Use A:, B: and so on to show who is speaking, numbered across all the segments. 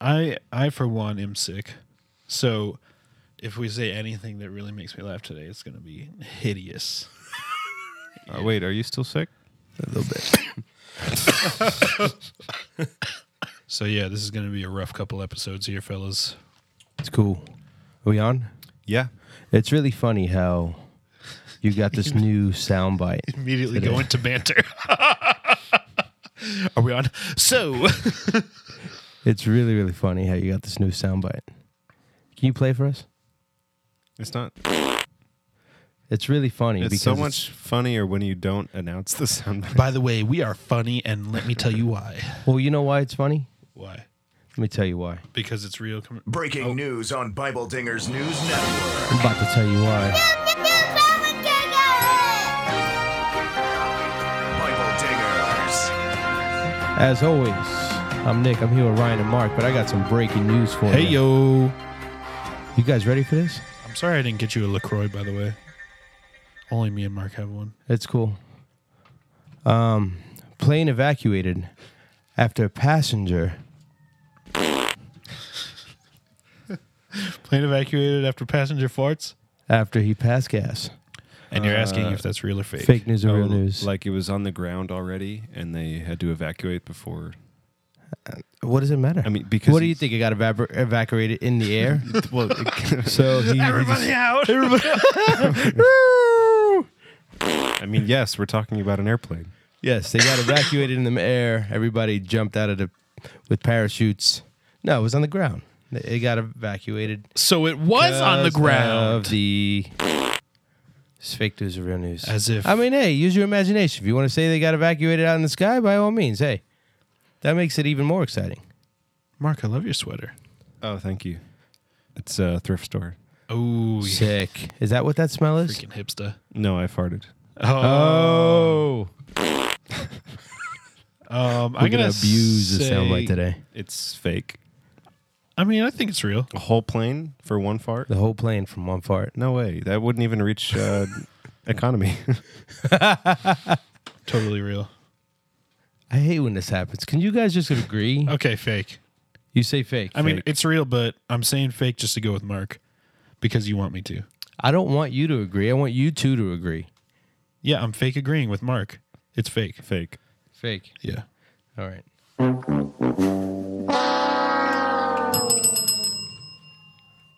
A: I I for one am sick, so if we say anything that really makes me laugh today, it's gonna be hideous.
B: Uh, wait, are you still sick?
C: A little bit.
A: So yeah, this is gonna be a rough couple episodes here, fellas.
C: It's cool. Are we on?
B: Yeah.
C: It's really funny how you got this new soundbite.
A: Immediately go into banter. Are we on? So
C: It's really really funny how you got this new soundbite. Can you play for us?
B: It's not.
C: It's really funny
B: It's
C: because
B: so
C: it's-
B: much funnier when you don't announce the sound.
A: by the way, we are funny, and let me tell you why.
C: Well, you know why it's funny?
A: Why?
C: Let me tell you why.
A: Because it's real. Com-
D: Breaking news on Bible Dingers News Network.
C: I'm about to tell you why.
D: Bible Dingers.
C: As always, I'm Nick. I'm here with Ryan and Mark, but I got some breaking news for
A: hey
C: you.
A: yo!
C: You guys ready for this?
A: I'm sorry I didn't get you a Lacroix. By the way, only me and Mark have one.
C: It's cool. Um, plane evacuated after passenger.
A: Plane evacuated after passenger farts.
C: After he passed gas.
A: And you're asking if that's real or fake?
C: Fake news or real
B: Oh,
C: news?
B: Like it was on the ground already, and they had to evacuate before.
C: what does it matter?
B: I mean, because
C: what do you
B: he's-
C: think? It got evapor- evacuated in the air.
B: Well, it-
C: so he, he
A: Everybody
C: just-
A: out!
B: I mean, yes, we're talking about an airplane.
C: yes, they got evacuated in the air. Everybody jumped out of the with parachutes. No, it was on the ground. It got evacuated.
A: So it was on the
C: because
A: ground.
C: Of the it's fake news or real news?
A: As if-
C: I mean, hey, use your imagination. If you want to say they got evacuated out in the sky, by all means, hey, that makes it even more exciting.
A: Mark, I love your sweater.
B: Oh, thank you. It's a thrift store.
A: Oh, yeah.
C: Sick. Is that what that smell is?
A: freaking hipster.
B: No, I farted.
C: Oh,
A: Um,
C: we're
A: I'm
C: gonna,
A: gonna
C: abuse the
A: say,
C: soundbite today.
B: It's fake.
A: I mean, I think it's real.
B: A whole plane for one fart?
C: The whole plane from one fart.
B: No way. That wouldn't even reach uh, economy.
A: Totally real.
C: I hate when this happens. Can you guys just agree?
A: Okay, fake.
C: You say fake.
A: I mean, it's real, but I'm saying fake just to go with Mark because you want me to.
C: I don't want you to agree. I want you two to agree.
A: Yeah, I'm fake agreeing with Mark. It's fake.
B: fake.
C: Fake.
A: Yeah.
C: All right.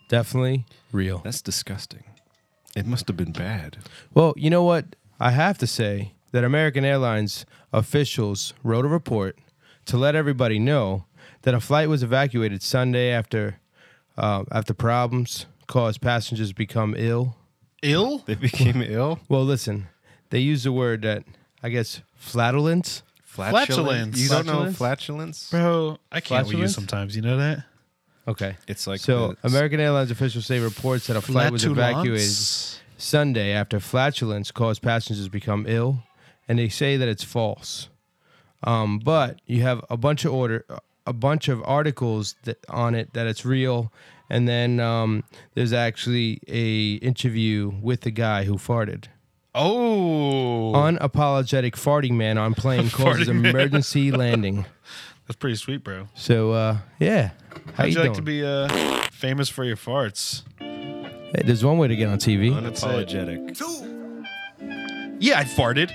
C: Definitely real.
B: That's disgusting. It must have been bad.
C: Well, you know what? I have to say that American Airlines officials wrote a report to let everybody know that a flight was evacuated Sunday after uh, after problems caused passengers to become ill.
A: Ill?
B: They became ill.
C: Well, listen, they use the word that I guess flatulence.
A: Flatulence.
B: You don't know flatulence?
A: Bro, I can't with you
C: Flatulence?
A: sometimes. You know that?
C: Okay,
B: It's like
C: so.
B: the-
C: American Airlines officials say reports that a flight was evacuated Sunday after flatulence caused passengers to become ill, and they say that it's false. Um, but you have a bunch of order, a bunch of articles that, on it that it's real, and then um, there's actually a interview with the guy who farted.
A: Oh.
C: Unapologetic farting man on plane causes
A: Farting man.
C: emergency landing.
A: That's pretty sweet, bro.
C: So uh, yeah, how
A: How'd
C: you
A: you like
C: doing?
A: to be uh, famous for your farts?
C: Hey, there's one way to get on TV.
B: Unapologetic.
D: Two.
A: Yeah, I farted.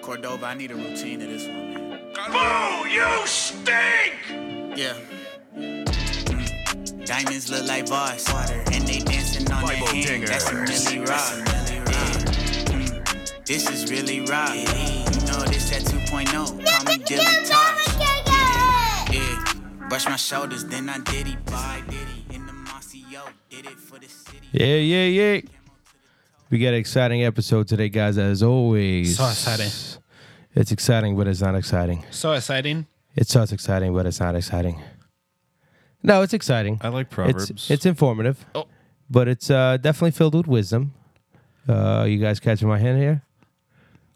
E: Cordova, I need a routine of this one, man.
D: Boo! You stink!
E: Yeah. Mm. Diamonds look like bars, and they dancing on
D: Bible
E: their hand.
D: dingers.
E: That's a Millie Rock. Yeah. Mm. This is really rock. You know this at 2.0. oh. Call me Dilly Tosh. Yeah. yeah. Brush my shoulders, then I diddy buy diddy in the mossy yo. Did it for the city.
C: Yeah, yeah, yeah. We got an exciting episode today, guys. As always,
A: So exciting.
C: It's exciting, but it's not exciting.
A: So exciting.
C: It sounds exciting, but it's not exciting. No, it's exciting.
B: I like proverbs.
C: It's it's informative,
A: Uh, Oh.
C: but it's uh, definitely filled with wisdom. Uh, you guys catching my hint here?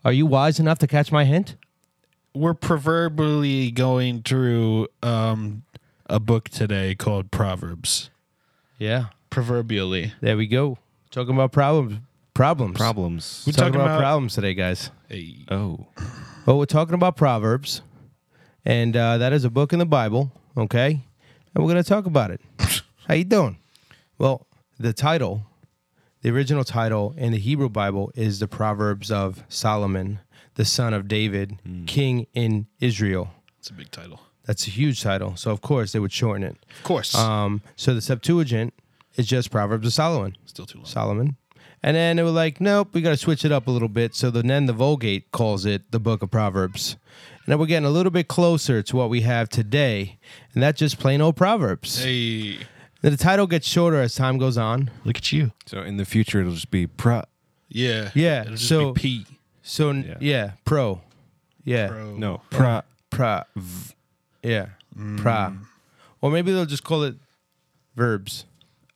C: Are you wise enough to catch my hint?
A: We're proverbially going through um, a book today called Proverbs.
C: Yeah.
A: Proverbially.
C: There we go. Talking about problems. Problems.
B: problems.
A: We're
C: Talking, about problems today, guys.
A: Hey,
B: Oh,
C: Well, we're talking about Proverbs, and uh, that is a book in the Bible okay? And we're gonna talk about it. How you doing? Well, the title, the original title in the Hebrew Bible is the Proverbs of Solomon, the son of David, king in Israel.
A: It's a big title.
C: That's a huge title, so of course they would shorten it.
A: Of course.
C: Um, so the Septuagint is just Proverbs of Solomon.
A: Still too long.
C: Solomon. And then they were like, nope, we got to switch it up a little bit. So then, then the Vulgate calls it the Book of Proverbs. And then we're getting a little bit closer to what we have today. And that's just plain old Proverbs.
A: Hey,
C: The title gets shorter as time goes on.
A: look at you.
B: So in the future, it'll just be pro.
A: Yeah.
C: Yeah,
A: It'll just
C: so-
A: be P.
C: So, n- yeah, pro. Yeah.
A: Pro.
B: No, pro.
C: Pra. Yeah.
A: Mm.
C: Pra. Or maybe they'll just call it verbs.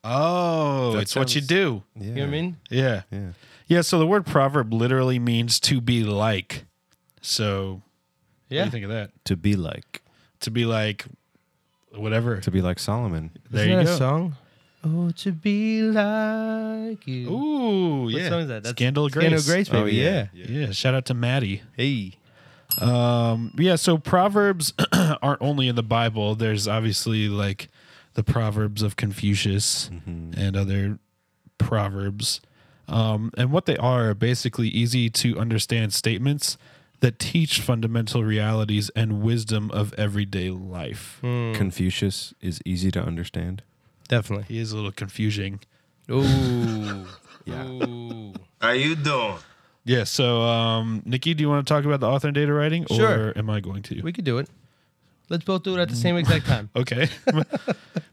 A: Oh,
B: That
A: it's what you
B: sounds-
A: do.
B: Yeah.
C: You know what I mean?
A: Yeah.
B: Yeah.
A: Yeah. So the word proverb literally means to be like. So what do
C: Yeah.
A: you think of that?
B: To be like.
A: To be like whatever.
B: To be like Solomon.
A: there
C: Isn't
A: you
C: that
A: go.
C: a song? Oh, to be like you.
A: Ooh, yeah.
C: What song is that? That's
A: Scandal of Grace.
C: Scandal of Grace, baby.
B: Oh, yeah.
A: Yeah. Shout out to Maddie.
C: yeah. Hey.
A: Yeah. So proverbs aren't only in the Bible. There's obviously like the proverbs of Confucius and other proverbs. Um, and what they are are basically easy to understand statements that teach fundamental realities and wisdom of everyday life.
B: Hmm.
C: Hmm.
B: Confucius is easy to understand.
C: Definitely.
A: He is a little confusing.
C: Ooh.
B: Yeah.
C: Ooh.
D: How you doing?
A: Yeah. So, um, Nikki, do you want to talk about the author and data writing,
C: Sure.
A: or am I going to?
C: We could do it. Let's both do it at the same exact time.
A: Okay.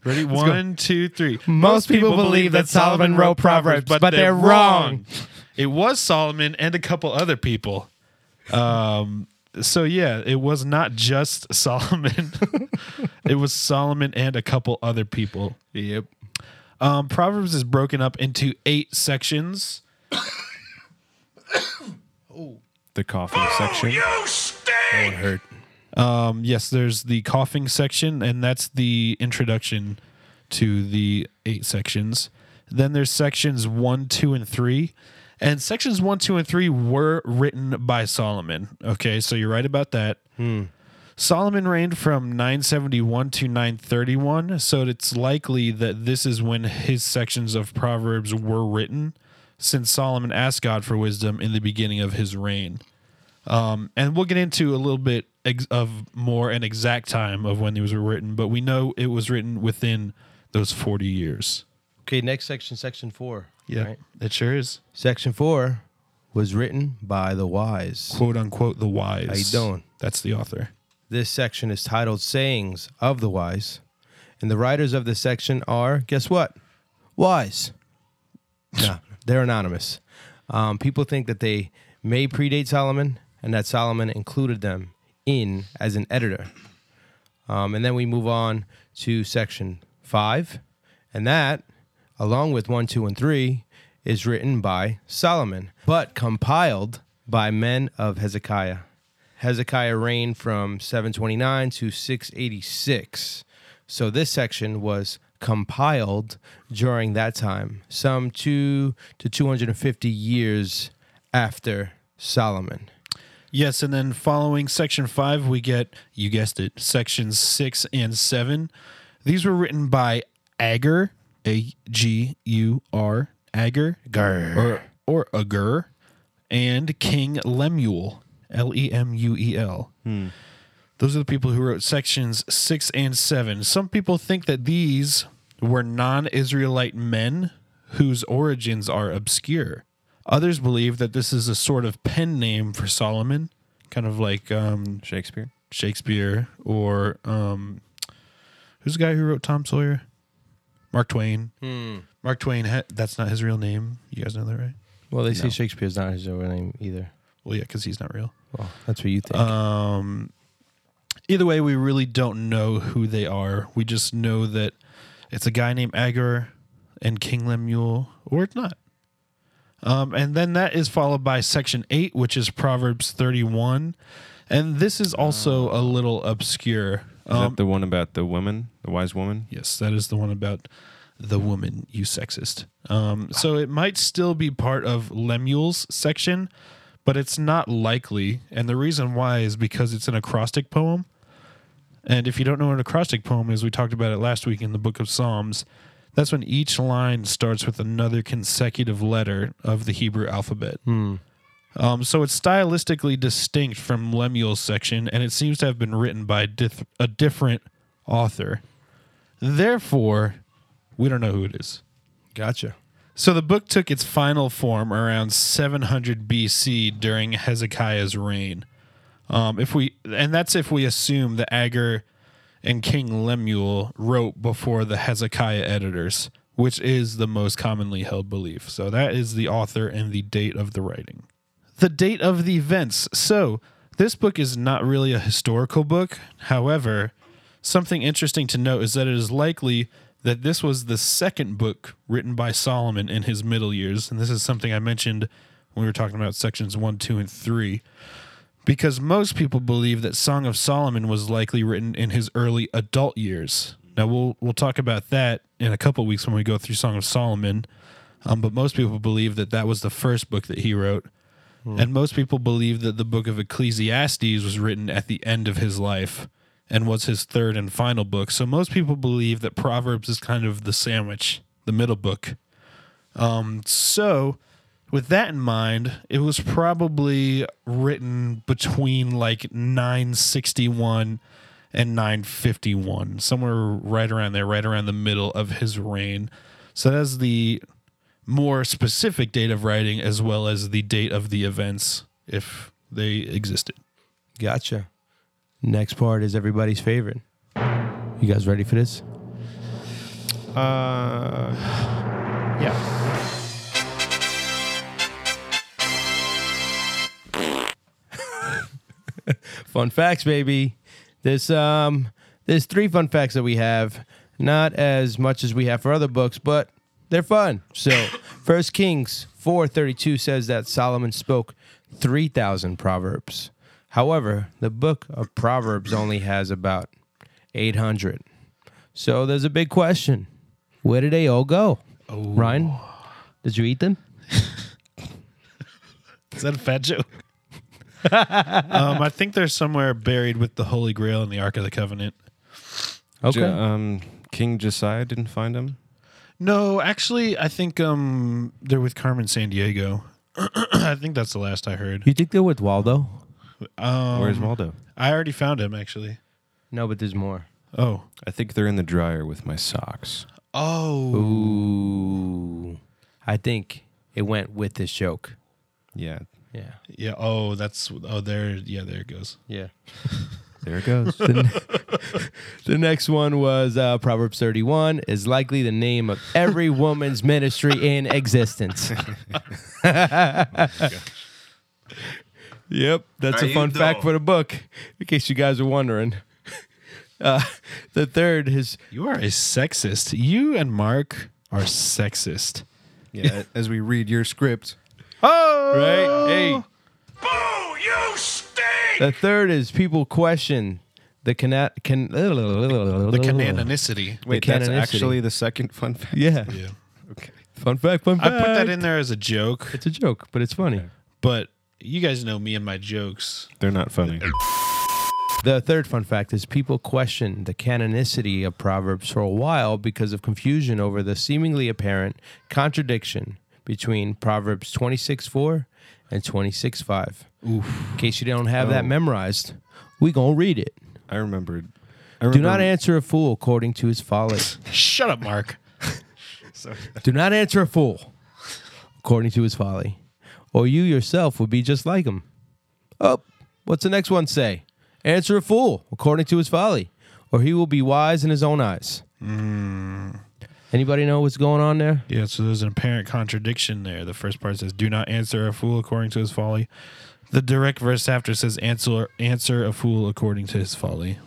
A: Ready? One, two, three.
C: Most people believe that Solomon wrote Proverbs, but they're wrong.
A: It was Solomon and a couple other people. Um, so yeah, it was not just Solomon. it was Solomon and a couple other people.
C: Yep.
A: Um, Proverbs is broken up into eight sections.
B: The coffee section.
D: You stink!
B: Hurt.
A: Um, Yes, there's the coughing section, and that's the introduction to the eight sections. Then there's sections one, two, and three. And sections one, two, and three were written by Solomon. Okay, so you're right about that. Solomon reigned from 971 to 931, so it's likely that this is when his sections of Proverbs were written, since Solomon asked God for wisdom in the beginning of his reign and we'll get into a little bit ex- of more an exact time of when these were written, but we know it was written within those 40 years.
C: Okay, next section, section four. right?
A: it sure is.
C: Section four was written by the wise.
A: Quote unquote, the wise.
C: How you doing?
A: That's the author.
C: This section is titled Sayings of the Wise. And the writers of this section are, guess what? Wise. no, they're anonymous. Um, people think that they may predate Solomon and that Solomon included them in as an editor. Um, and then we move on to section five. And that, along with one, two, and three, is written by Solomon, but compiled by men of Hezekiah. Hezekiah reigned from 729 to 686. So this section was compiled during that time, some two to 250 years after Solomon.
A: Yes, and then following section five, we get, you guessed it, sections six and seven. These were written by Agur, A G U R, Agur, Gar. Or, or Agur, and King Lemuel, L E M U E L. Those are the people who wrote sections six and seven. Some people think that these were non Israelite men whose origins are obscure. Others believe that this is a sort of pen name for Solomon, kind of like um,
B: Shakespeare.
A: Shakespeare or um, who's the guy who wrote Tom Sawyer? Mark Twain. Mark Twain, ha- that's not his real name. You guys know that, right?
C: Well, they say Shakespeare's not his real name either.
A: Well, yeah, because he's not real.
C: Well, that's what you think.
A: either way, we really don't know who they are. We just know that it's a guy named Agur and King Lemuel, or it's not. Um, and then that is followed by section eight, which is Proverbs 31. And this is also a little obscure.
B: Is
A: Um,
B: that the one about the woman, the wise woman?
A: yes, that is the one about the woman, you sexist. Um, so it might still be part of Lemuel's section, but it's not likely. And the reason why is because it's an acrostic poem. And if you don't know what an acrostic poem is, we talked about it last week in the book of Psalms. That's when each line starts with another consecutive letter of the Hebrew alphabet. Um, so it's stylistically distinct from Lemuel's section, and it seems to have been written by dif- a different author. Therefore, we don't know who it is.
C: Gotcha.
A: So the book took its final form around 700 BC during Hezekiah's reign. Um, if we and that's if we assume that Agur and King Lemuel wrote before the Hezekiah editors, which is the most commonly held belief. So that is the author and the date of the writing. The date of the events. So this book is not really a historical book. However, something interesting to note is that it is likely that this was the second book written by Solomon in his middle years. And this is something I mentioned when we were talking about sections one, two, and three because most people believe that Song of Solomon was likely written in his early adult years. Now we'll we'll talk about that in a couple weeks when we go through Song of Solomon. Um, but most people believe that that was the first book that he wrote, and most people believe that the book of Ecclesiastes was written at the end of his life and was his third and final book. So most people believe that Proverbs is kind of the sandwich, the middle book. Um, so with that in mind, it was probably written between like 961 and 951, somewhere right around there, right around the middle of his reign. So that's the more specific date of writing as well as the date of the events if they existed.
C: Gotcha. Next part is everybody's favorite. You guys ready for this?
B: Uh, yeah.
C: Fun facts, baby. There's um there's three fun facts that we have. Not as much as we have for other books, but they're fun. So First Kings four thirty two says that Solomon spoke three thousand proverbs. However, the book of Proverbs only has about eight hundred. So there's a big question. Where did they all go? Ryan? Did you eat them?
A: Is that a fat joke? um, I think they're somewhere buried with the Holy Grail and the Ark of the Covenant.
C: Okay.
B: Ja- um, King Josiah didn't find him.
A: No, actually, I think um, they're with Carmen San Diego. I think that's the last I heard.
C: You think they're with Waldo?
A: Um,
B: Where's Waldo?
A: I already found him actually.
C: No, but there's more.
A: Oh,
B: I think they're in the dryer with my socks.
A: oh,
C: Ooh. I think it went with this joke.
B: Yeah,
C: Yeah.
A: yeah. Oh, that's oh there. Yeah, there it goes.
C: Yeah.
B: there it goes.
C: The next one was uh, Proverbs 31 is likely the name of every woman's ministry in existence. yep, that's
D: How
C: a
D: you
C: fun fact
D: doing?
C: for the book, in case you guys are wondering. Uh, the third is
A: You are a sexist. You and Mark are sexist.
B: yeah, as we read your script.
A: Oh,
C: right. Hey,
D: Boo! You stink!
C: the third is people question the cana- can
A: the
C: the
A: canonicity.
B: Wait, that's
C: canonicity.
B: actually the second fun fact.
C: Yeah,
A: Yeah,
C: fun fact, fun
A: I
C: fact.
A: put that in there as a joke,
C: It's a joke, but it's funny.
A: but you guys know me and my jokes.
B: They're not funny.
C: The third fun fact is people question the canonicity of Proverbs for a while because of confusion over the seemingly apparent contradiction between Proverbs 26:4 and 26:5. In case you don't have
A: Oh.
C: that memorized, we going to read it.
B: I remembered. I
C: Do not
B: remember-
C: answer a fool according to his folly.
A: Shut up, Mark.
C: Do not answer a fool according to his folly, or you yourself would be just like him. Oh, what's the next one say? Answer a fool according to his folly, or he will be wise in his own eyes. Anybody know what's going on there?
A: Yeah, so there's an apparent contradiction there. The first part says, "Do not answer a fool according to his folly." The direct verse after says, "Answer answer a fool according to his folly."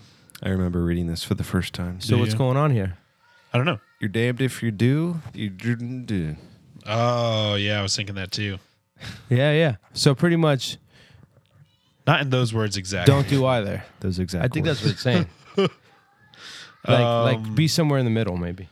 B: I remember reading this for the first time.
C: So
A: Yeah.
C: what's going on here?
A: I don't know.
B: You're damned if you do. You didn't do.
A: Oh yeah, I was thinking that too.
C: Yeah, yeah. So pretty much,
A: Not in those words exactly.
C: don't do either.
B: Those exact.
C: I think that's what
B: words.
C: it's saying. like,
B: Um,
C: like, be somewhere in the middle, maybe.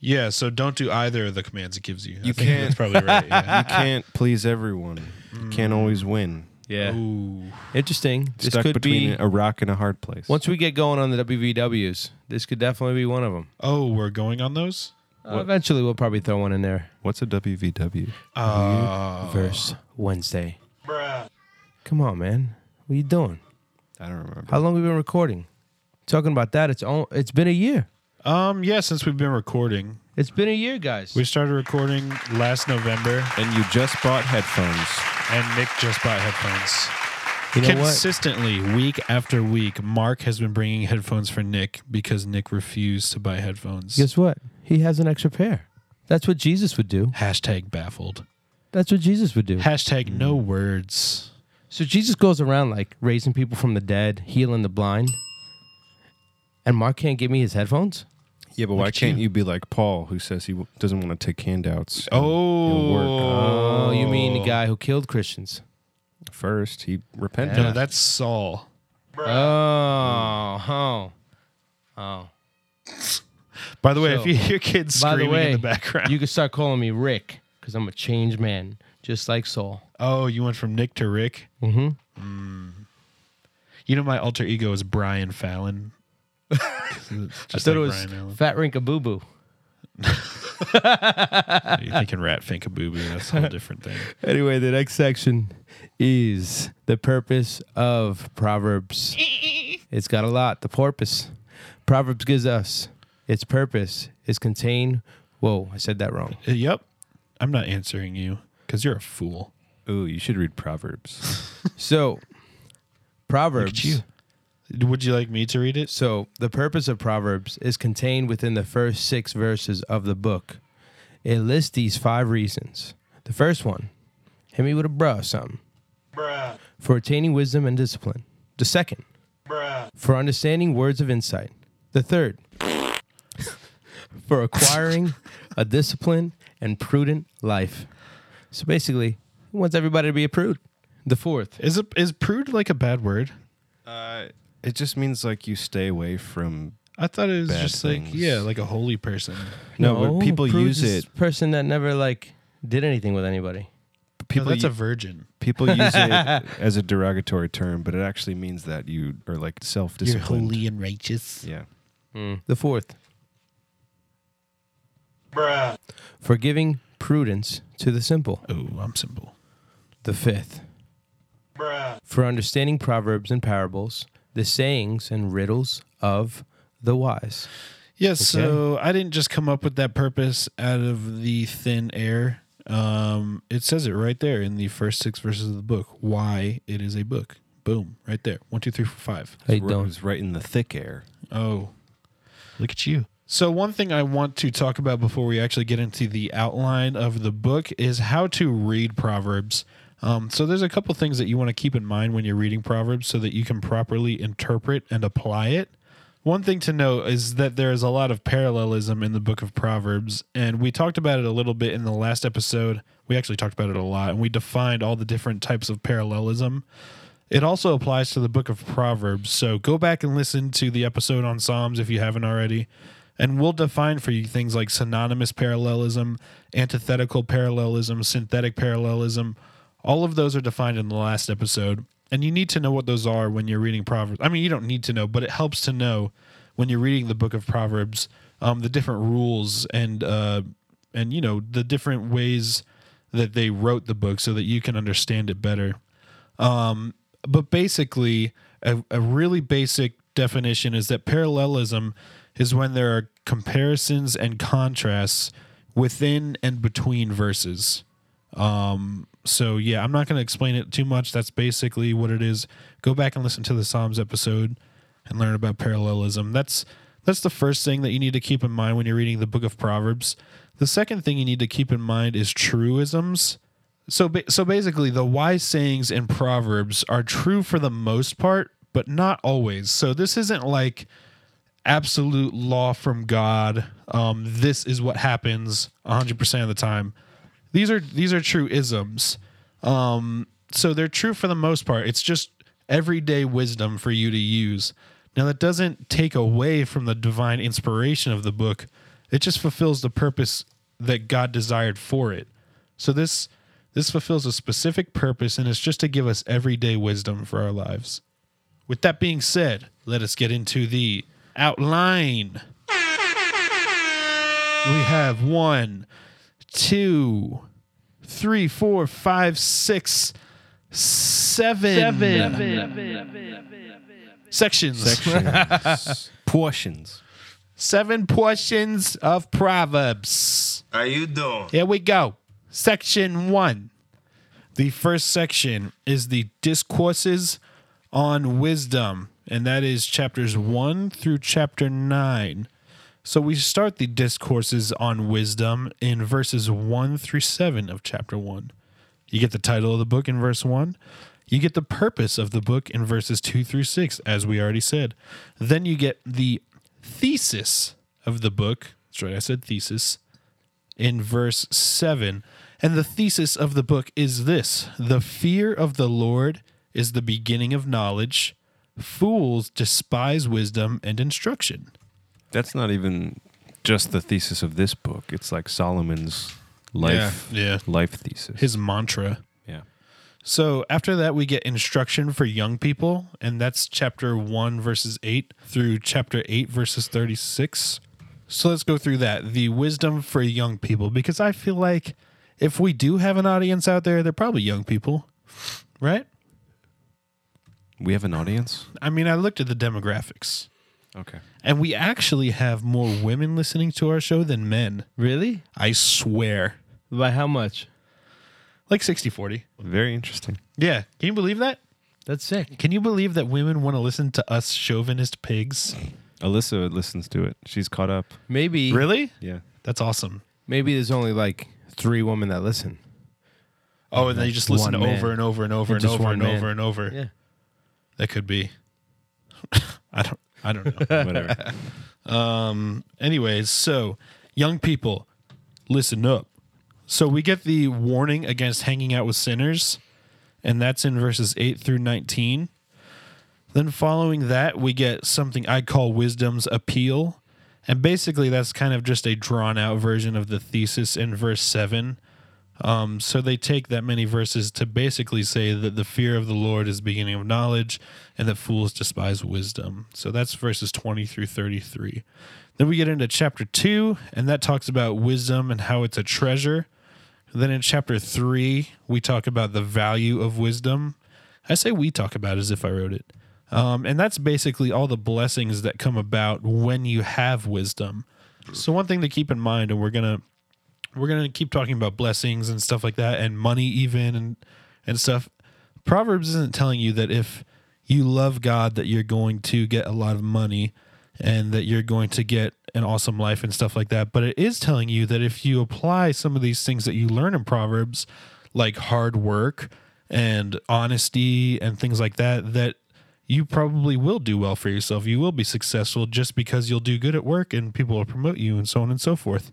A: Yeah, so don't do either of the commands it gives you. You
B: can't-
A: That's probably right. Yeah.
C: Hmm.
B: you can't please everyone. You can't always win.
C: Yeah.
A: Ooh.
C: Interesting. This
B: Stuck
C: could
B: between
C: be
B: a rock and a hard place.
C: once we get going on the WVWs. This could definitely be one of them.
A: Oh, we're going on those?
C: Uh, eventually, we'll probably throw one in there.
B: What's a WVW?
A: Uh,
C: Verse Wednesday. Oh. Bruh. Come on, man. What are you doing?
B: I don't remember.
C: How long we been recording? Talking about that, it's all, it's been a year.
A: um, yeah, since we've been recording.
C: It's been a year, guys.
A: We started recording last November,
B: and you just bought headphones.
A: and Nick just bought headphones.
C: you know what?
A: Consistently, week after week, Mark has been bringing headphones for Nick because Nick refused to buy headphones.
C: Guess what? He has an extra pair. That's what Jesus would do.
A: Hashtag baffled.
C: That's what Jesus would do.
A: Hashtag no words.
C: So Jesus goes around like raising people from the dead, healing the blind. And Mark can't give me his headphones?
B: Yeah, but why can't you. be like Paul, who says he w- doesn't want to take handouts? and he'll work. uh,
C: Oh, you mean the guy who killed Christians?
B: first he repented.
A: No, that's Saul.
C: Oh, oh. Oh.
A: By the way,
C: So,
A: if you hear kids
C: By
A: screaming
C: the way,
A: in the background,
C: you can start calling me Rick because I'm a changed man, just like Saul.
A: oh, you went from Nick to Rick. Mm-hmm. You know, my alter ego is Brian Fallon.
C: I
A: Just
C: thought
A: like
C: it was
A: Brian Allen.
C: Fat Rink a Boo Boo.
A: You're thinking Rat Finka Boo Boo. That's a whole different thing.
C: Anyway, the next section is the purpose of Proverbs. it's got a lot. The porpoise. Proverbs gives us its purpose is contained. Whoa, I said that wrong.
A: Uh, Yep. I'm not answering you because you're a fool.
B: Ooh, you should read Proverbs.
C: So, Proverbs.
A: Would you like me to read it?
C: So, the purpose of Proverbs is contained within the first six verses of the book. It lists these five reasons. The first one, hit me with a bruh or something. Bruh. For attaining wisdom and discipline. The second, bruh. For understanding words of insight. The third, for acquiring a disciplined and prudent life. So basically, he wants everybody to be a prude. The fourth,
A: Is it is prude like a bad word?
B: it just means like you stay away from.
A: I thought it was
B: Bad
A: just like
B: things.
A: yeah, like a holy person.
B: No, but people
C: prude
B: use
C: is
B: it.
C: Person that never like did anything with anybody.
A: No,
B: People,
A: that's
B: u-
A: a virgin.
B: people use it as a derogatory term, but it actually means that you are like self-disciplined.
A: and righteous.
B: Yeah.
C: The fourth. For giving prudence to the simple.
A: Oh, I'm simple.
C: The fifth. For understanding proverbs and parables, the sayings and riddles of the wise.
A: Yeah, so I didn't just come up with that purpose out of the thin air. Um, it says it right there in the first six verses of the book. Why it is a book. Boom, right there. One, two, three, four, five.
C: How you
B: It
C: doing?
B: was right in the thick air.
A: Oh, look at you. So, one thing I want to talk about before we actually get into the outline of the book is how to read Proverbs. Um, so, there's a couple things that you want to keep in mind when you're reading Proverbs so that you can properly interpret and apply it. One thing to note is that there is a lot of parallelism in the book of Proverbs, and we talked about it a little bit in the last episode. We actually talked about it a lot, and we defined all the different types of parallelism. It also applies to the book of Proverbs. So go back and listen to the episode on Psalms if you haven't already. And we'll define for you things like synonymous parallelism, antithetical parallelism, synthetic parallelism. All of those are defined in the last episode. And you need to know what those are when you're reading Proverbs. I mean, you don't need to know, but it helps to know when you're reading the book of Proverbs um, the different rules and uh, and you know the different ways that they wrote the book so that you can understand it better but basically a, a really basic definition is that parallelism is when there are comparisons and contrasts within and between verses um so yeah i'm not going to explain it too much that's basically what it is go back and listen to the psalms episode and learn about parallelism that's that's the first thing that you need to keep in mind when you're reading the book of proverbs the second thing you need to keep in mind is truisms so, ba- so basically, the wise sayings and proverbs are true for the most part, but not always. So, this isn't like absolute law from God. Um, this is what happens 100% of the time. These are these are truisms. Um, so they're true for the most part. It's just everyday wisdom for you to use. Now that doesn't take away from the divine inspiration of the book. It just fulfills the purpose that God desired for it. So this This fulfills a specific purpose and is just to give us everyday wisdom for our lives. With that being said, let us get into the outline. We have one, two, three, four, five, six, seven sections.
B: Sections. Portions.
A: Seven portions of Proverbs.
D: How you doing?
A: Here we go. Section one. The first section is the discourses on wisdom, and that is chapters one through chapter nine. So we start the discourses on wisdom in verses one through seven of chapter one. You get the title of the book in verse one. You get the purpose of the book in verses two through six, as we already said. Then you get the thesis of the book. That's right, I said thesis in verse 7. And the thesis of the book is this The fear of the Lord is the beginning of knowledge. Fools despise wisdom and instruction.
B: That's not even just the thesis of this book. It's like Solomon's life
A: Yeah, yeah.
B: life thesis.
A: His mantra.
B: yeah.
A: So after that, we get instruction for young people, and that's chapter 1, verses 8 through chapter 8, verses 36. So let's go through that the wisdom for young people, because I feel like if we do have an audience out there, they're probably young people, right?
B: We have an audience?
A: I mean, I looked at the demographics,
B: Okay.
A: and we actually have more women listening to our show than men.
C: Really?
A: I swear.
C: By how much?
A: Like 60 40.
B: Very interesting.
A: Yeah. Can you believe that?
C: That's sick.
A: Can you believe that women want to listen to us chauvinist pigs?
B: Alyssa listens to it. She's caught up.
C: Maybe
A: Really?
B: Yeah.
A: That's awesome.
C: maybe there's only like three women that listen.
A: Oh, and they just listen
C: one
A: to
C: man.
A: over and over and over and
C: Just
A: over
C: one
A: and
C: man.
A: over and over.
C: Yeah.
A: That could be. I don't. I don't know.
B: Whatever.
A: Anyways, so young people, listen up. So we get the warning against hanging out with sinners, and that's in verses eight through nineteen. Then following that, we get something I call wisdom's appeal. And basically, that's kind of just a drawn out version of the thesis in verse 7. Um, so they take that many verses to basically say that the fear of the Lord is the beginning of knowledge and that fools despise wisdom. So that's verses 20 through 33. Then we get into chapter 2, and that talks about wisdom and how it's a treasure. Then in chapter 3, we talk about the value of wisdom. I say we talk about as if I wrote it. Um, and that's basically all the blessings that come about when you have wisdom. So one thing to keep in mind, and we're gonna we're gonna keep talking about blessings and stuff like that, and money even and and stuff. Proverbs isn't telling you that if you love God that you're going to get a lot of money and that you're going to get an awesome life and stuff like that. But it is telling you that if you apply some of these things that you learn in Proverbs, like hard work and honesty and things like that, that you probably will do well for yourself. You will be successful just because you'll do good at work and people will promote you and so on and so forth.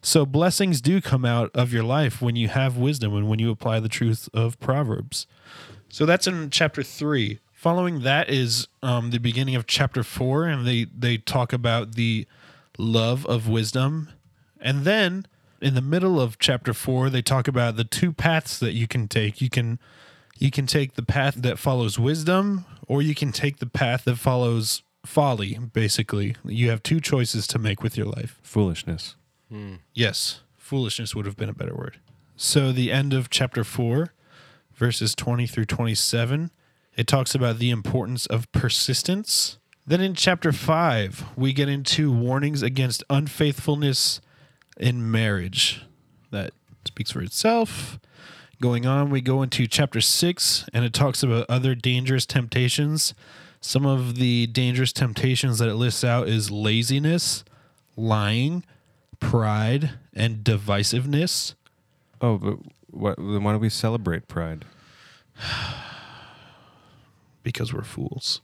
A: So blessings do come out of your life when you have wisdom and when you apply the truth of Proverbs. So that's in chapter three. Following that is um, the beginning of chapter four, and they they talk about the love of wisdom, and then in the middle of chapter four, they talk about the two paths that you can take. You can you can take the path that follows wisdom, or you can take the path that follows folly. Basically, you have two choices to make with your life.
B: Foolishness.
A: Yes, foolishness would have been a better word. So, the end of chapter 4, verses 20 through 27, it talks about the importance of persistence. Then in chapter 5, we get into warnings against unfaithfulness in marriage. That speaks for itself. Going on, we go into chapter 6, and it talks about other dangerous temptations. Some of the dangerous temptations that it lists out is laziness, lying, pride and divisiveness.
B: Oh, but what, then why do we celebrate Pride?
A: because we're fools.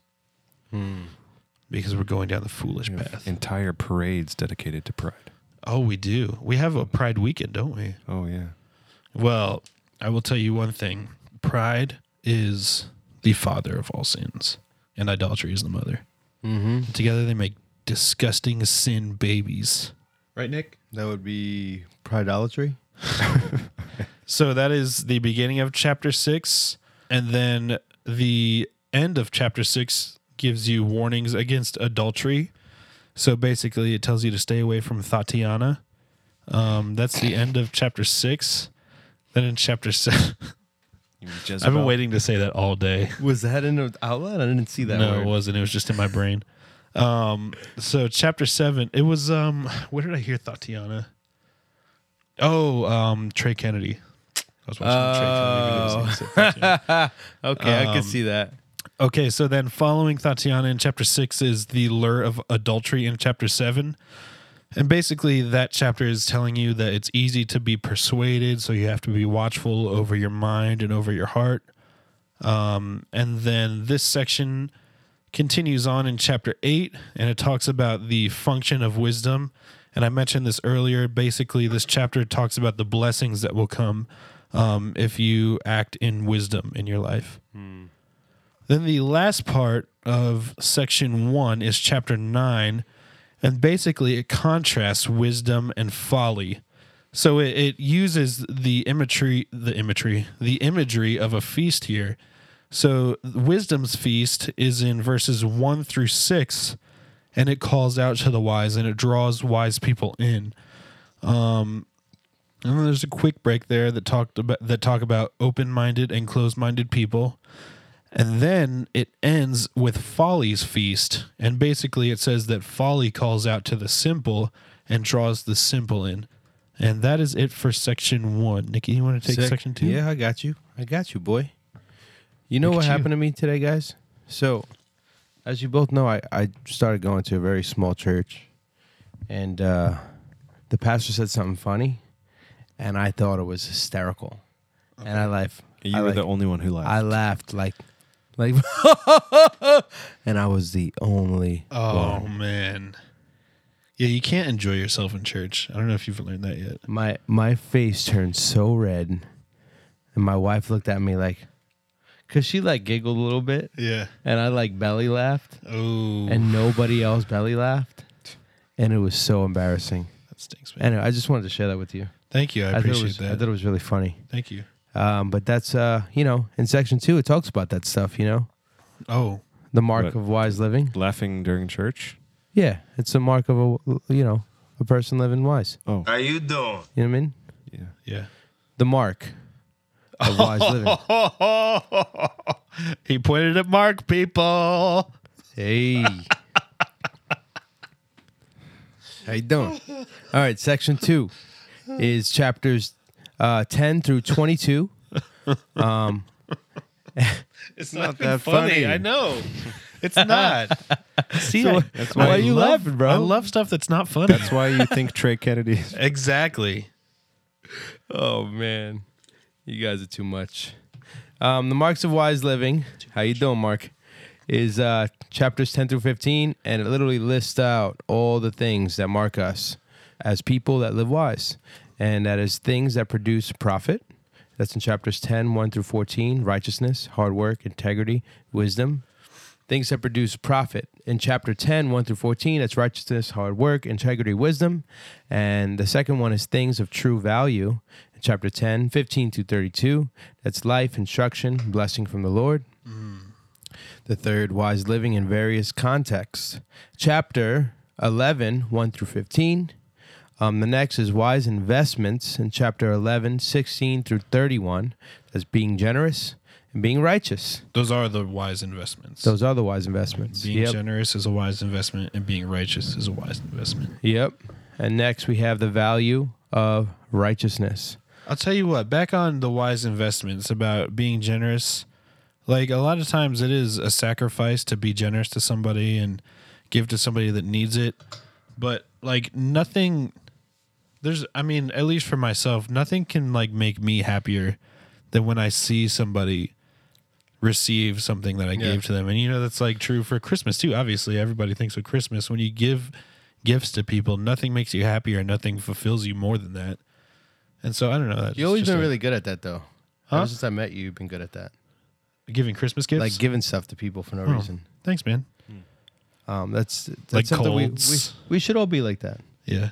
A: Because we're going down the foolish path.
B: Entire parades dedicated to Pride.
A: oh, we do. We have a Pride weekend, don't we?
B: Oh yeah.
A: Well, I will tell you one thing Pride is the father of all sins, and idolatry is the mother. Mm-hmm. Together they make disgusting sin babies.
C: Right, Nick? That would be idolatry.
A: So that is the beginning of chapter six. And then the end of chapter six gives you warnings against adultery. So basically, it tells you to stay away from Tatiana. Um, that's the end of chapter six. Then in chapter seven, I've been waiting to say that all day.
C: Was that in the outline? I didn't see that.
A: no,
C: word.
A: it wasn't. It was just in my brain. Um, so chapter seven, it was um, where did I hear Tatiana? Oh, um, Trey Kennedy. I was watching the
C: Oh.
A: Trey Kennedy. videos and he said Tatiana.
C: Okay, I could see that.
A: Okay, so then following Tatiana in chapter six is the lure of adultery in chapter seven. And basically, that chapter is telling you that it's easy to be persuaded, so you have to be watchful over your mind and over your heart. Um, and then this section continues on in chapter eight, and it talks about the function of wisdom. And I mentioned this earlier. Basically, this chapter talks about the blessings that will come um, if you act in wisdom in your life. Then the last part of section one is chapter nine, and basically it contrasts wisdom and folly. So it, it uses the imagery, the imagery, the imagery of a feast here. So wisdom's feast is in verses one through six, and it calls out to the wise and it draws wise people in. Um, And then there's a quick break there that talked about that talk about open-minded and closed-minded people. And then it ends with Folly's Feast. And basically, it says that Folly calls out to the simple and draws the simple in. And that is it for section one. Nikki, you want to take
C: Sick.
A: section two?
C: Yeah, I got you. I got you, boy. You know
A: Look
C: what
A: at you.
C: happened to me today, guys? So, as you both know, I, I started going to a very small church, and uh, the pastor said something funny, and I thought it was hysterical, and I laughed.
B: You
C: I,
B: were
C: like,
B: the only one who laughed.
C: I laughed like, like, and I was the only.
A: Oh, man. Yeah, you can't enjoy yourself in church. I don't know if you've learned that yet.
C: My my face turned so red, and my wife looked at me like, cause she like giggled a little bit,
A: Yeah.
C: and I like belly laughed,
A: Oh,
C: and nobody else belly laughed, and it was so embarrassing.
A: that stinks, man.
C: Anyway, I just wanted to share that with you.
A: Thank you. I,
C: thought it
A: appreciate
C: was, I
A: that.
C: thought it was really funny.
A: Thank you.
C: Um, but that's uh, you know, in section two, it talks about that stuff. You know,
A: Oh,
C: the mark
B: Right.
C: of wise living.
B: laughing during church.
C: Yeah, it's a mark of a you know a person living wise.
B: Oh,
D: How you doing?
C: You know what I mean?
B: yeah.
A: yeah.
C: The mark of wise living.
A: he pointed at Mark, people.
C: Hey. How you doing? All right, section two is chapters uh, 10 through 22.
A: It's not,
B: that funny.
A: I know. It's not. See, I-
B: That's
C: Why
B: why.
C: are you
A: love-
C: laughing, bro?
A: I love stuff that's not funny.
B: that's why you think Trey Kennedy. Is,
A: exactly.
C: Oh, man. You guys are too much. Um, the Marks of Wise Living. How you doing, Mark? Is uh, chapters 10 through 15, and it literally lists out all the things that mark us as people that live wise. And that is things that produce profit. That's in chapters 10, 1 through 14, righteousness, hard work, integrity, wisdom. Things that produce profit. In chapter 10, 1 through 14, that's righteousness, hard work, integrity, wisdom. And the second one is things of true value. In chapter 10, 15 through 32, that's life, instruction, blessing from the Lord. The third, wise living in various contexts. Chapter 11, 1 through 15. Um, the next is wise investments in chapter 11, 16 through 31. That's being generous and being righteous.
A: Those are the wise investments.
C: Those are the wise investments.
A: being
C: Yep.
A: generous is a wise investment, and being righteous is a wise investment.
C: Yep. And next we have the value of righteousness.
A: I'll tell you what. Back on the wise investments about being generous, like a lot of times it is a sacrifice to be generous to somebody and give to somebody that needs it. But like nothing, there's. I mean, at least for myself, nothing can like make me happier than when I see somebody receive something that I gave to them. And you know that's like true for Christmas too. Obviously, everybody thinks of Christmas when you give gifts to people, nothing makes you happier and nothing fulfills you more than that. And so I don't know. That's
F: You always
A: just
F: been
A: a-
F: really good at that, though.
A: Huh?
F: Ever since I met you, you've been good at that.
A: giving Christmas gifts.
F: Like giving stuff to people for no
A: Oh,
F: reason.
A: Thanks, man.
C: Um, that's that's
A: Like
C: something we, we
A: colds.
F: We should all be like that.
A: Yeah.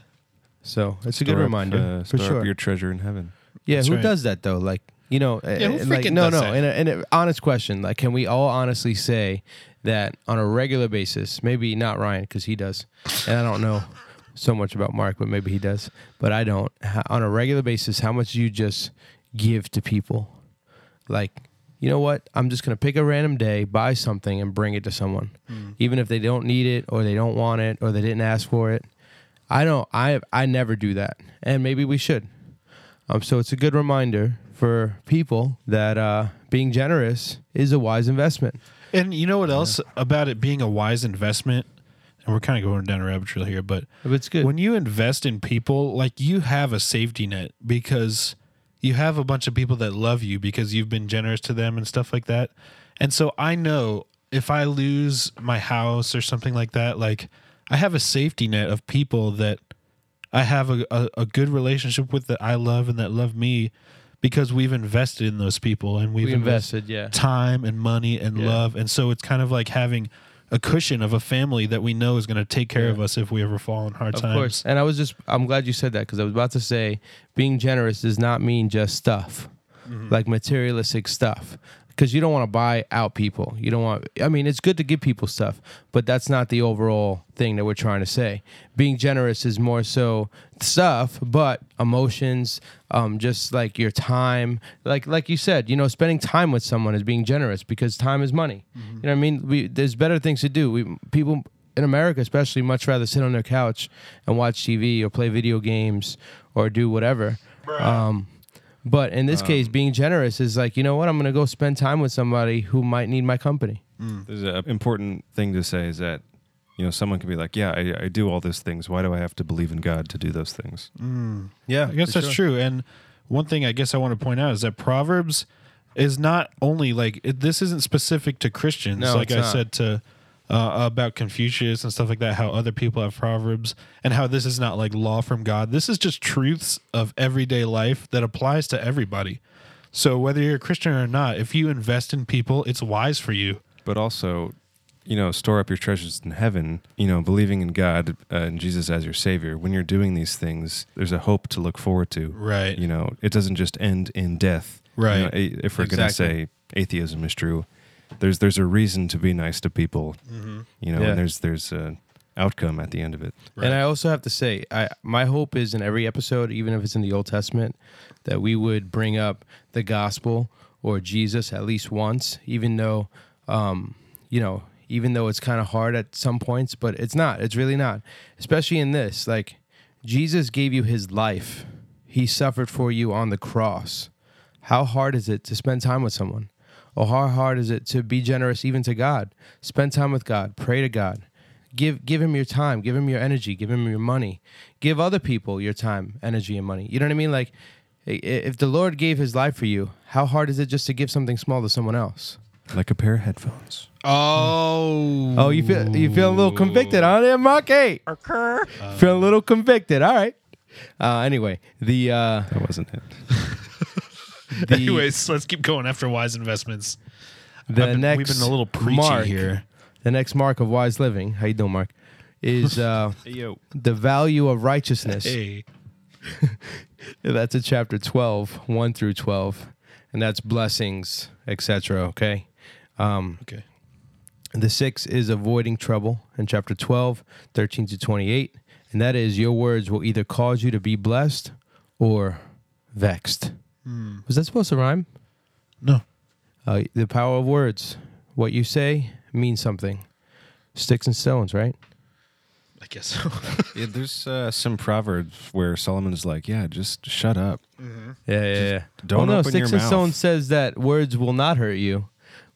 C: so it's a
B: Store
C: good
B: up,
C: reminder
B: uh,
C: for
B: store up
C: sure.
B: your treasure in heaven.
C: Yeah,
A: That's
C: who
A: right.
C: does that though? Like, you know, yeah,
A: who
C: like,
A: freaking
C: no,
A: does
C: no.
A: that?
C: And a, and a honest question, like, can we all honestly say that on a regular basis? Maybe not Ryan because he does, and I don't know so much about Mark, but maybe he does, but I don't. Ho- On a regular basis, how much you just give to people? Like, you know what? I'm just gonna pick a random day, buy something, and bring it to someone,
A: Hmm.
C: even if they don't need it or they don't want it or they didn't ask for it. I don't. I I never do that, and maybe we should. Um, so it's a good reminder for people that uh, being generous is a wise investment.
A: And you know what else about it being a wise investment? And we're kind of going down a rabbit trail here, but
C: But it's good.
A: When you invest in people, like you have a safety net because you have a bunch of people that love you because you've been generous to them and stuff like that. And so I know if I lose my house or something like that, like I have a safety net of people that I have a, a, a good relationship with that I love and that love me because we've invested in those people and we've
C: We
A: invest-
C: invested, yeah.
A: time and money and love. And so it's kind of like having a cushion of a family that we know is going to take care of us if we ever fall in hard
C: Of
A: times.
C: course. And I was just, I'm glad you said that because I was about to say being generous does not mean just stuff, like materialistic stuff. Because you don't want to buy out people. You don't want, I mean, it's good to give people stuff, but that's not the overall thing that we're trying to say. Being generous is more so stuff, but emotions, um, just like your time. Like, like you said, you know, spending time with someone is being generous because time is money. You know what I mean? We, there's better things to do. We, people, in America, especially, much rather sit on their couch and watch TV or play video games or do whatever. Um, but in this case, being generous is like, you know what? I'm going to go spend time with somebody who might need my company.
B: There's an important thing to say is that, you know, someone could be like, yeah, I, I do all these things. Why do I have to believe in God to do those things?
A: Yeah, I guess that's true. And one thing I guess I want to point out is that Proverbs is not only like it, this isn't specific to Christians.
C: No,
A: like
C: it's
A: I
C: not.
A: said to uh, about Confucius and stuff like that, how other people have proverbs and how this is not like law from God. This is just truths of everyday life that applies to everybody. So whether you're a Christian or not, if you invest in people, it's wise for you.
B: but also you know store up your treasures in heaven you know believing in god uh, and jesus as your savior when you're doing these things there's a hope to look forward to
A: Right.
B: you know it doesn't just end in death You
A: Right.
B: know, a- if we're gonna
C: Exactly.
B: say atheism is true there's there's a reason to be nice to people
C: Mm-hmm.
B: you know
C: Yeah.
B: and there's there's a outcome at the end of it
C: And I also have to say, I my hope is in every episode, even if it's in the Old Testament, that we would bring up the gospel or Jesus at least once, even though, um, you know, even though it's kind of hard at some points, but it's not. It's really not, especially in this. Like, Jesus gave you His life; He suffered for you on the cross. How hard is it to spend time with someone? Or how hard is it to be generous even to God? Spend time with God, pray to God. Give give him your time, give him your energy, give him your money. Give other people your time, energy and money. You know what I mean? Like i- i- if the Lord gave his life for you, how hard is it just to give something small to someone else?
B: like a pair of headphones
A: Oh,
C: Oh, you feel you feel a little convicted, huh, there, Mark? Hey, feel a little convicted. All right. Uh, anyway, the uh,
B: that wasn't it
C: the,
A: Anyways, let's keep going after wise investments.
C: the
A: I've been-
C: next
A: we've been a little preachy
C: mark-
A: here.
C: the next mark of wise living how you doing mark is uh,
B: yo
C: the value of righteousness
A: Hey,
C: that's in chapter 12 1 through 12 and that's blessings etc okay
A: okay.
C: the six is avoiding trouble in chapter 12 13 to 28 and that is your words will either cause you to be blessed or vexed was that supposed to rhyme
A: No.
C: uh, the power of words what you say means something sticks and stones right
A: I guess so.
B: yeah, there's uh, some proverbs where solomon's like yeah just shut up
C: Yeah, yeah, yeah.
B: don't
C: well, no,
B: open your
C: Sticks and
B: mouth.
C: Stones says that words will not hurt you,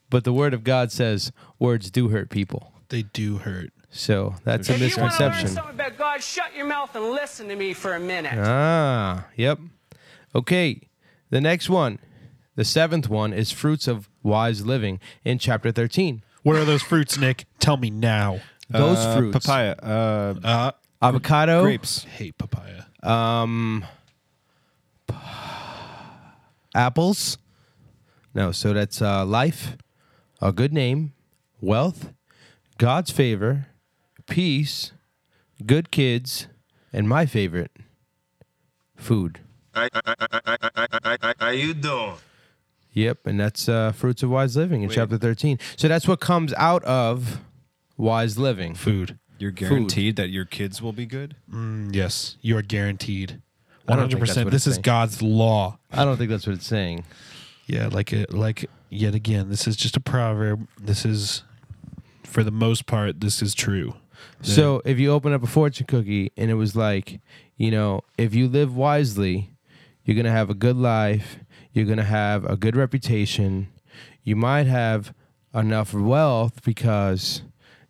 C: but the word of God says words do hurt people.
A: they do hurt.
C: So that's a
G: If you want to learn
C: misconception.
G: something about God, shut your mouth and listen to me for a minute.
C: Ah, yep. Okay, the next one, the seventh one is fruits of wise living in chapter 13.
A: What are those fruits, Nick? Tell me now.
C: Those
B: Uh,
C: fruits Oh.
B: papaya uh,
A: Uh,
C: avocado,
B: grapes
A: hate papaya.
C: apples. No, so that's uh, life, a good name, wealth, God's favor, peace, good kids, and my favorite, food.
H: I, I, I, I, I, I, I, how you doing?
C: Yep, and that's uh, fruits of wise living in chapter thirteen. So that's what comes out of wise living.
A: Food. Mm,
B: You're guaranteed that your kids will be good.
A: Yes, you are guaranteed. One
C: don't
A: hundred
C: think that's
A: percent.
C: what
A: This
C: it's
A: is
C: saying.
A: God's law.
C: I don't think that's what it's saying.
A: Yeah, like a, like yet again, this is just a proverb. This is, for the most part, this is true.
C: So if you open up a fortune cookie and it was like, you know, if you live wisely, you're gonna have a good life. You're gonna have a good reputation. You might have enough wealth because,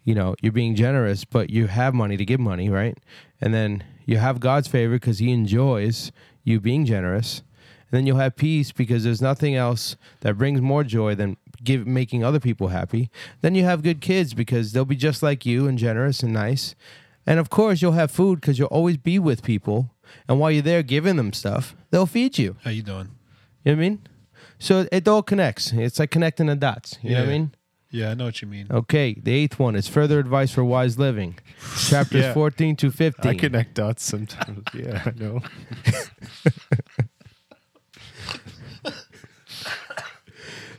C: you know, you're being generous, but you have money to give money, right? And then you have God's favor because He enjoys you being generous. And then you'll have peace because there's nothing else that brings more joy than give making other people happy. Then you have good kids because they'll be just like you and generous and nice. And of course, you'll have food because you'll always be with people. And while you're there giving them stuff, they'll feed you.
A: How you doing?
C: You know what I mean? So it all connects. It's like connecting the dots. You know what I
A: Yeah.
C: mean?
A: Yeah, I know what you mean.
C: Okay, the eighth one is further advice for wise living, chapters
H: Yeah.
C: 14 to 15.
H: I connect dots sometimes. Yeah, I know.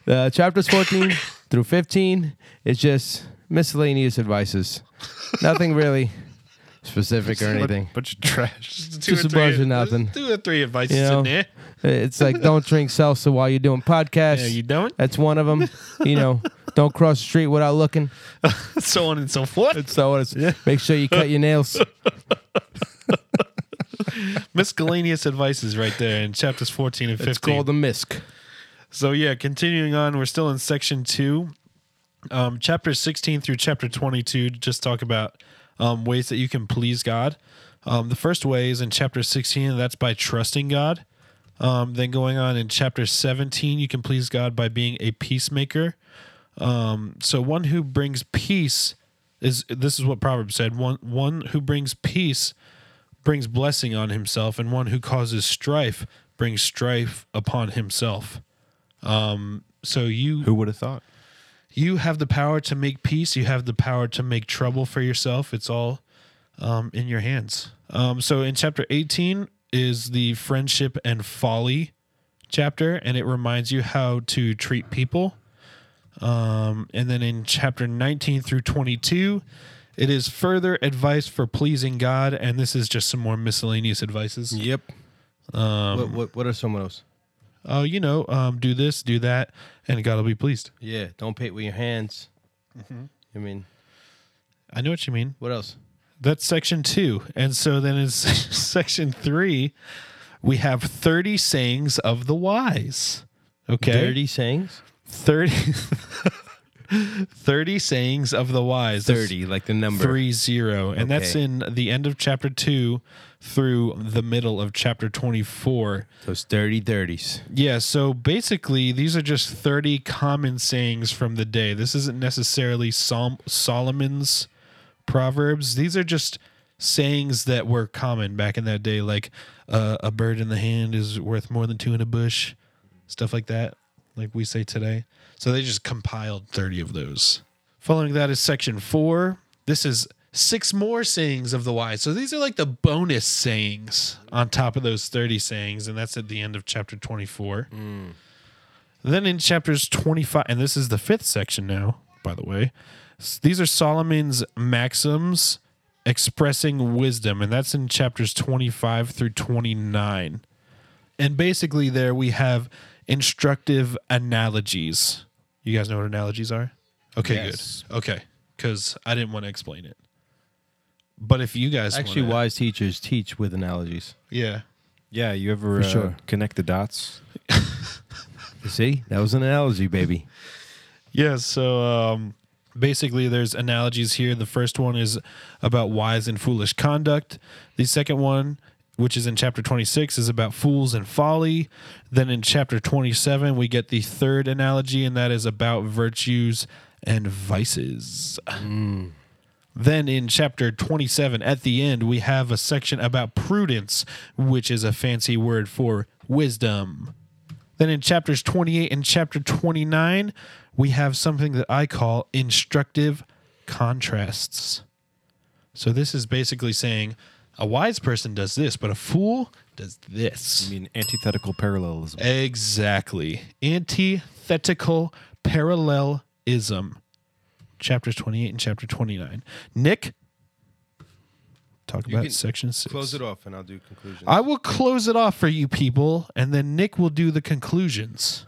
C: Uh, chapters 14 through 15 is just miscellaneous advices. Nothing really specific or anything.
H: Bunch of trash.
C: Just a bunch of nothing.
A: Two or three advices
C: You know,
A: in there.
C: It's like don't drink salsa while you're doing podcasts.
A: Yeah, you don't.
C: That's one of them. You know, don't cross the street without looking.
A: So on and so forth.
C: So it's, make sure you cut your nails.
A: Miscellaneous advices right there in chapters fourteen and fifteen.
C: It's called the misc.
A: So yeah, continuing on, we're still in section two, um, chapter sixteen through chapter twenty-two. Just talk about um, ways that you can please God. Um, the first way is in chapter sixteen, and that's by trusting God. Um, then going on in chapter seventeen, you can please God by being a peacemaker. Um, so one who brings peace is this is what Proverbs said. One one who brings peace brings blessing on himself, and one who causes strife brings strife upon himself. Um, So you
B: Who would have thought?
A: you have the power to make peace. You have the power to make trouble for yourself. It's all um, in your hands. Um, so in chapter 18 is the friendship and folly chapter, and it reminds you how to treat people. Um, and then in chapter 19 through 22, it is further advice for pleasing God, and this is just some more miscellaneous advices.
C: Yep.
A: Um,
C: what, what, what are some of those?
A: Oh, you know, um, do this, do that, and God will be pleased.
C: Yeah, don't paint with your hands.
A: Mm-hmm.
C: I mean,
A: I know what you mean.
C: what else?
A: That's section two. And so then in section three, we have 30 sayings of the wise. Okay.
C: Dirty sayings?
A: 30, 30 sayings of the wise. That's
C: Dirty, like the number.
A: Three zero. And that's
C: Okay.
A: in the end of chapter two through the middle of chapter 24.
C: Those dirty dirties.
A: Yeah, so basically, these are just 30 common sayings from the day. This isn't necessarily Sol- Solomon's proverbs. These are just sayings that were common back in that day, like uh, a bird in the hand is worth more than two in a bush, stuff like that, like we say today. So they just compiled 30 of those. Following that is section four. This is six more sayings of the wise. So these are like the bonus sayings on top of those 30 sayings, and that's at the end of chapter 24. Then in chapters 25, and this is the fifth section now, by the way, s- these are Solomon's maxims expressing wisdom, and that's in chapters 25 through 29. And basically, there we have instructive analogies. You guys know what analogies are? Okay, good. Okay, because I didn't want to explain it. But if you guys
C: Actually,
A: wanna-
C: wise teachers teach with analogies.
A: yeah,
B: Yeah, you ever uh,
C: sure.
B: connect the dots?
C: You see? That was an analogy, baby.
A: Yeah, so um, basically, there's analogies here. The first one is about wise and foolish conduct. The second one, which is in chapter 26, is about fools and folly. Then in chapter 27, we get the third analogy, and that is about virtues and vices. Then in chapter 27, at the end, we have a section about prudence, which is a fancy word for wisdom. Then in chapters 28 and chapter 29, we have something that I call instructive contrasts. So this is basically saying A wise person does this, but a fool does this.
B: I mean, antithetical parallelism.
A: Exactly. Antithetical parallelism. Chapters 28 and chapter 29. Nick, talk about
C: can
A: section 6.
C: Close it off, and I'll do conclusions.
A: I will close it off for you people, and then Nick will do the conclusions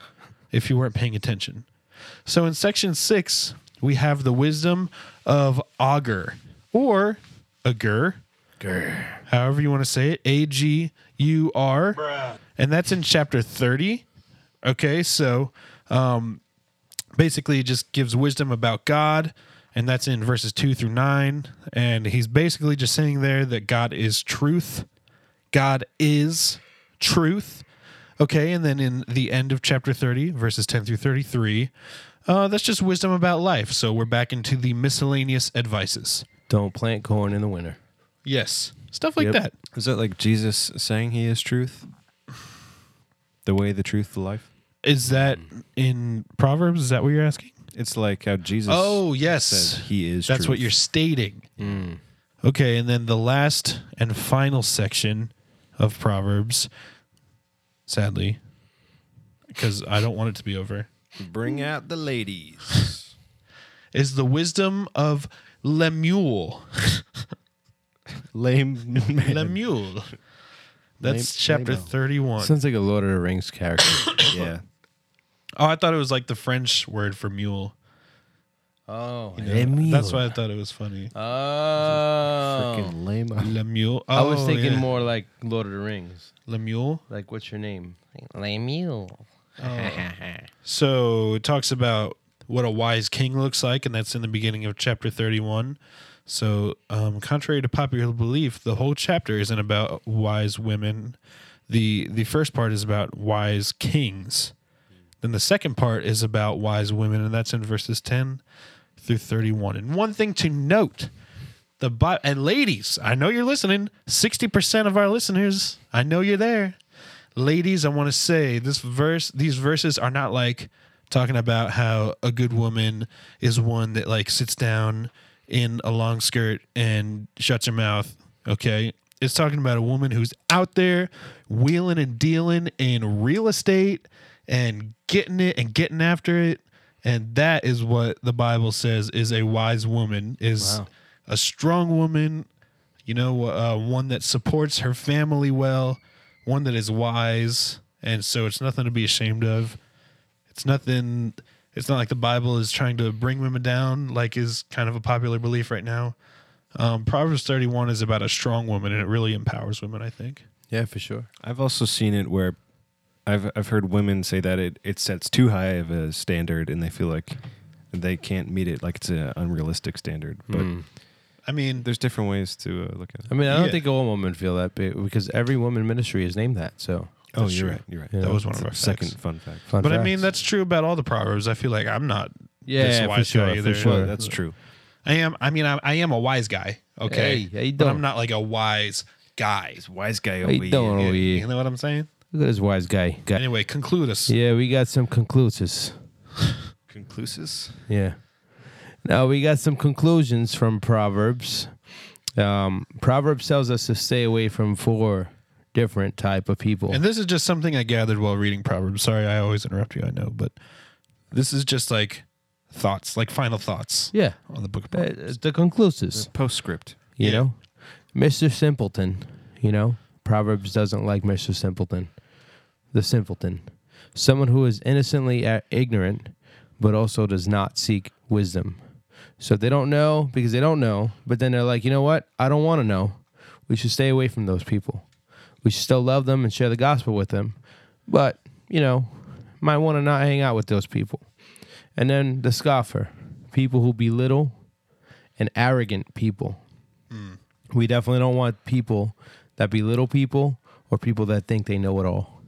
A: if you weren't paying attention. So, in section six, we have the wisdom of Augur or Agur, however you want to say it, A G U R, and that's in chapter 30. Okay, so um, basically it just gives wisdom about God, and that's in verses two through nine. And he's basically just saying there that God is truth. God is truth. Okay, and then in the end of chapter 30, verses 10 through 33, uh, that's just wisdom about life. So we're back into the miscellaneous advices.
C: Don't plant corn in the winter.
A: Yes. Stuff like that.
B: Is that like Jesus saying he is truth? The way, the truth, the life?
A: Is that in Proverbs? Is that what you're asking?
B: It's like how Jesus
A: Oh, yes.
B: says he is
A: That's what
B: truth. Mm.
A: you're stating. Okay, and then the last and final section of Proverbs, sadly, because I don't want it to be over,
B: Bring out the ladies.
A: is the wisdom of Lemuel.
B: Lame man.
A: Lemuel. That's chapter
B: Lamo.
A: 31.
C: Sounds like a Lord of the Rings character.
B: Yeah.
A: Oh, I thought it was like the French word for mule.
C: oh,
A: That's why I thought it was funny.
C: Oh,
B: Freaking lame.
A: Lemuel.
C: Uh, I was
A: Oh,
C: thinking
A: yeah.
C: more like Lord of the Rings.
A: Lemuel.
C: Like, what's your name? Lemuel.
A: So it talks about what a wise king looks like, and that's in the beginning of chapter 31. So, um, contrary to popular belief, the whole chapter isn't about wise women. The, the first part is about wise kings. Then the second part is about wise women, and that's in verses 10 through 31. And one thing to note the Bi- and ladies, I know you're listening. 60% of our listeners, I know you're there ladies, I want to say this verse, these verses are not like talking about how a good woman is one that like sits down in a long skirt and shuts her mouth. Okay. It's talking about a woman who's out there wheeling and dealing in real estate and getting it and getting after it. And that is what the Bible says is a wise woman, is a strong woman, you know, uh, one that supports her family well, one that is wise, and so it's nothing to be ashamed of. It's nothing. It's not like the Bible is trying to bring women down, like is kind of a popular belief right now. Um, Proverbs thirty-one is about a strong woman, and it really empowers women. I think.
C: Yeah, for sure.
B: I've also seen it where I've I've heard women say that it, it sets too high of a standard and they feel like they can't meet it, like it's an unrealistic standard. But
A: I mean,
B: there's different ways to uh, look at it.
C: Hmm. I mean, I don't
A: Yeah.
C: think all women feel that big because every woman ministry is named that. So,
B: Oh,
A: that's
B: you're
A: true.
B: right. You're right.
C: Yeah.
A: that was one
B: That's
A: of our
B: a second
A: second.
B: fun fact.
C: fun
A: But I
C: facts.
A: mean, that's true about all the proverbs. I feel like I'm not. this
C: yeah, for
A: wise guy
C: sure,
A: either.
C: for sure.
B: That's true.
A: I am. I mean, I, I am a wise guy. Okay,
C: Hey, how you
A: but I'm
C: doing? Oh,
A: not like a wise guy.
B: Wise guy
C: How you doing over
A: You
C: here?
A: know what I'm saying?
C: Look at this wise guy. guy.
A: Anyway, conclude us.
C: Yeah, we got some conclusives.
B: Conclusus.
C: Yeah. Now we got some conclusions from Proverbs. Um, Proverbs tells us to stay away from four different type of people.
A: And this is just something I gathered while reading Proverbs. Sorry, I always interrupt you. I know, but this is just like thoughts, like final thoughts
C: yeah,
A: on the book of
C: uh,
A: Proverbs.
C: the conclusives.
B: Postscript.
C: You
A: Yeah.
C: know, Mr. Simpleton. You know, Proverbs doesn't like Mr. Simpleton, the simpleton, someone who is innocently uh, ignorant, but also does not seek wisdom. So they don't know because they don't know, but then they're like, you know what? I don't want to know. We should stay away from those people. We should still love them and share the gospel with them, but you know, might want to not hang out with those people. And then the scoffer, people who belittle and arrogant people we definitely don't want people that belittle people or people that think they know it all.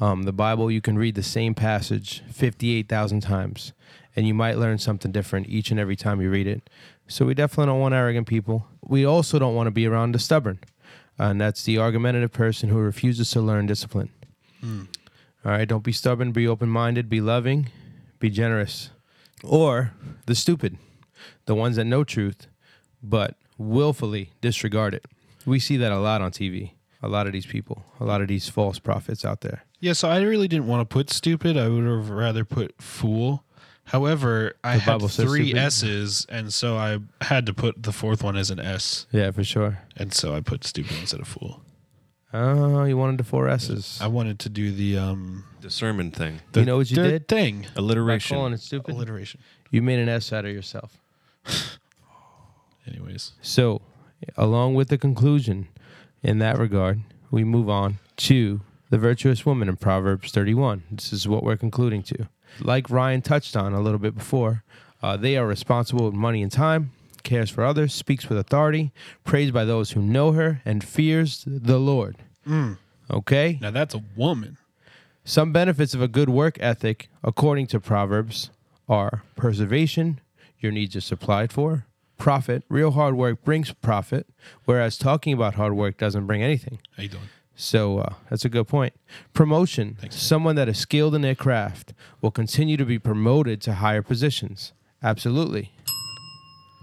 C: Um, the Bible, you can read the same passage 58,000 times, and you might learn something different each and every time you read it. So, we definitely don't want arrogant people. We also don't want to be around the stubborn, and that's the argumentative person who refuses to learn discipline. All right, don't be stubborn, be open minded, be loving, be generous. Or the stupid, the ones that know truth, but willfully disregard it. We see that a lot on TV. A lot of these people, a lot of these false prophets out there.
A: Yeah, so I really didn't want to put stupid. I would have rather put fool. However, I
C: The
A: had
C: Bible says
A: three
C: stupid.
A: S's, and so I had to put the fourth one as an S,
C: Yeah, for sure.
A: and so I put stupid instead of fool.
C: Oh, you wanted the four S's.
A: I wanted to do the um
B: The sermon thing.
A: the
C: You know what you
A: third
C: did?
A: thing
C: By
B: Alliteration.
C: calling it stupid.
A: alliteration.
C: You made an S out of yourself.
A: Anyways,
C: So, along with the conclusion in that regard, we move on to the virtuous woman in Proverbs 31. This is what we're concluding to. Like Ryan touched on a little bit before, uh, they are responsible with money and time, cares for others, speaks with authority, praised by those who know her, and fears the Lord. Okay?
A: now that's a woman.
C: Some benefits of a good work ethic, according to Proverbs, are preservation, your needs are supplied for, profit, real hard work brings profit, whereas talking about hard work doesn't bring anything.
A: How you doing?
C: So uh, that's a good point. Promotion someone that is skilled in their craft will continue to be promoted to higher positions. Absolutely.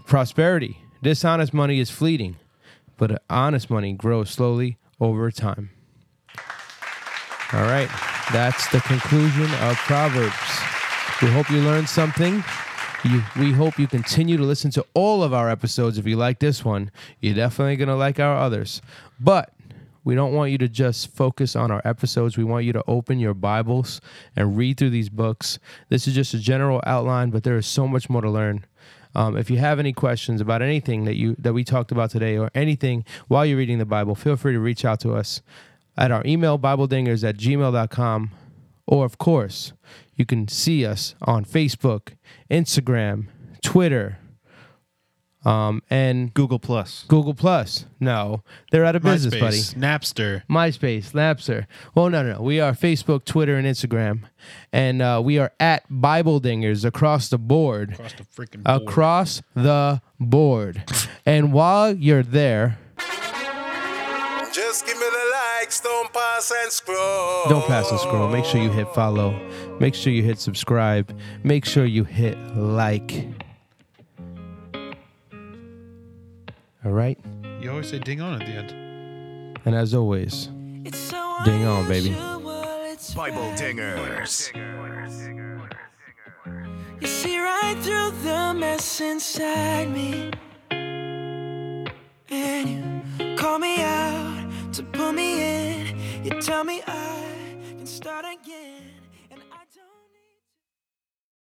C: Prosperity dishonest money is fleeting, but honest money grows slowly over time. All right, that's the conclusion of Proverbs. We hope you learned something. You, we hope you continue to listen to all of our episodes. If you like this one, you're definitely going to like our others. But we don't want you to just focus on our episodes. We want you to open your Bibles and read through these books. This is just a general outline, but there is so much more to learn. Um, if you have any questions about anything that you that we talked about today or anything while you're reading the Bible, feel free to reach out to us at our email, BibleDingers at gmail.com. Or, of course, you can see us on Facebook, Instagram, Twitter, um, and
B: Google Plus.
C: Google Plus. No, they're out of business, buddy.
A: MySpace, Napster.
C: MySpace, Lapser. Well, no, no, no. We are Facebook, Twitter, and Instagram. And uh, we are at Bible Dingers across the board.
A: Across the freaking board.
C: Across the board. and while you're there,
I: Just give me the likes, don't pass and scroll.
C: Don't pass and scroll. Make sure you hit follow. Make sure you hit subscribe. Make sure you hit like. All right.
A: You always say ding on at the end.
C: And as always, ding on, baby.
I: Bible dingers.
J: You see right through the mess inside me. And you call me out to pull me in. You tell me I.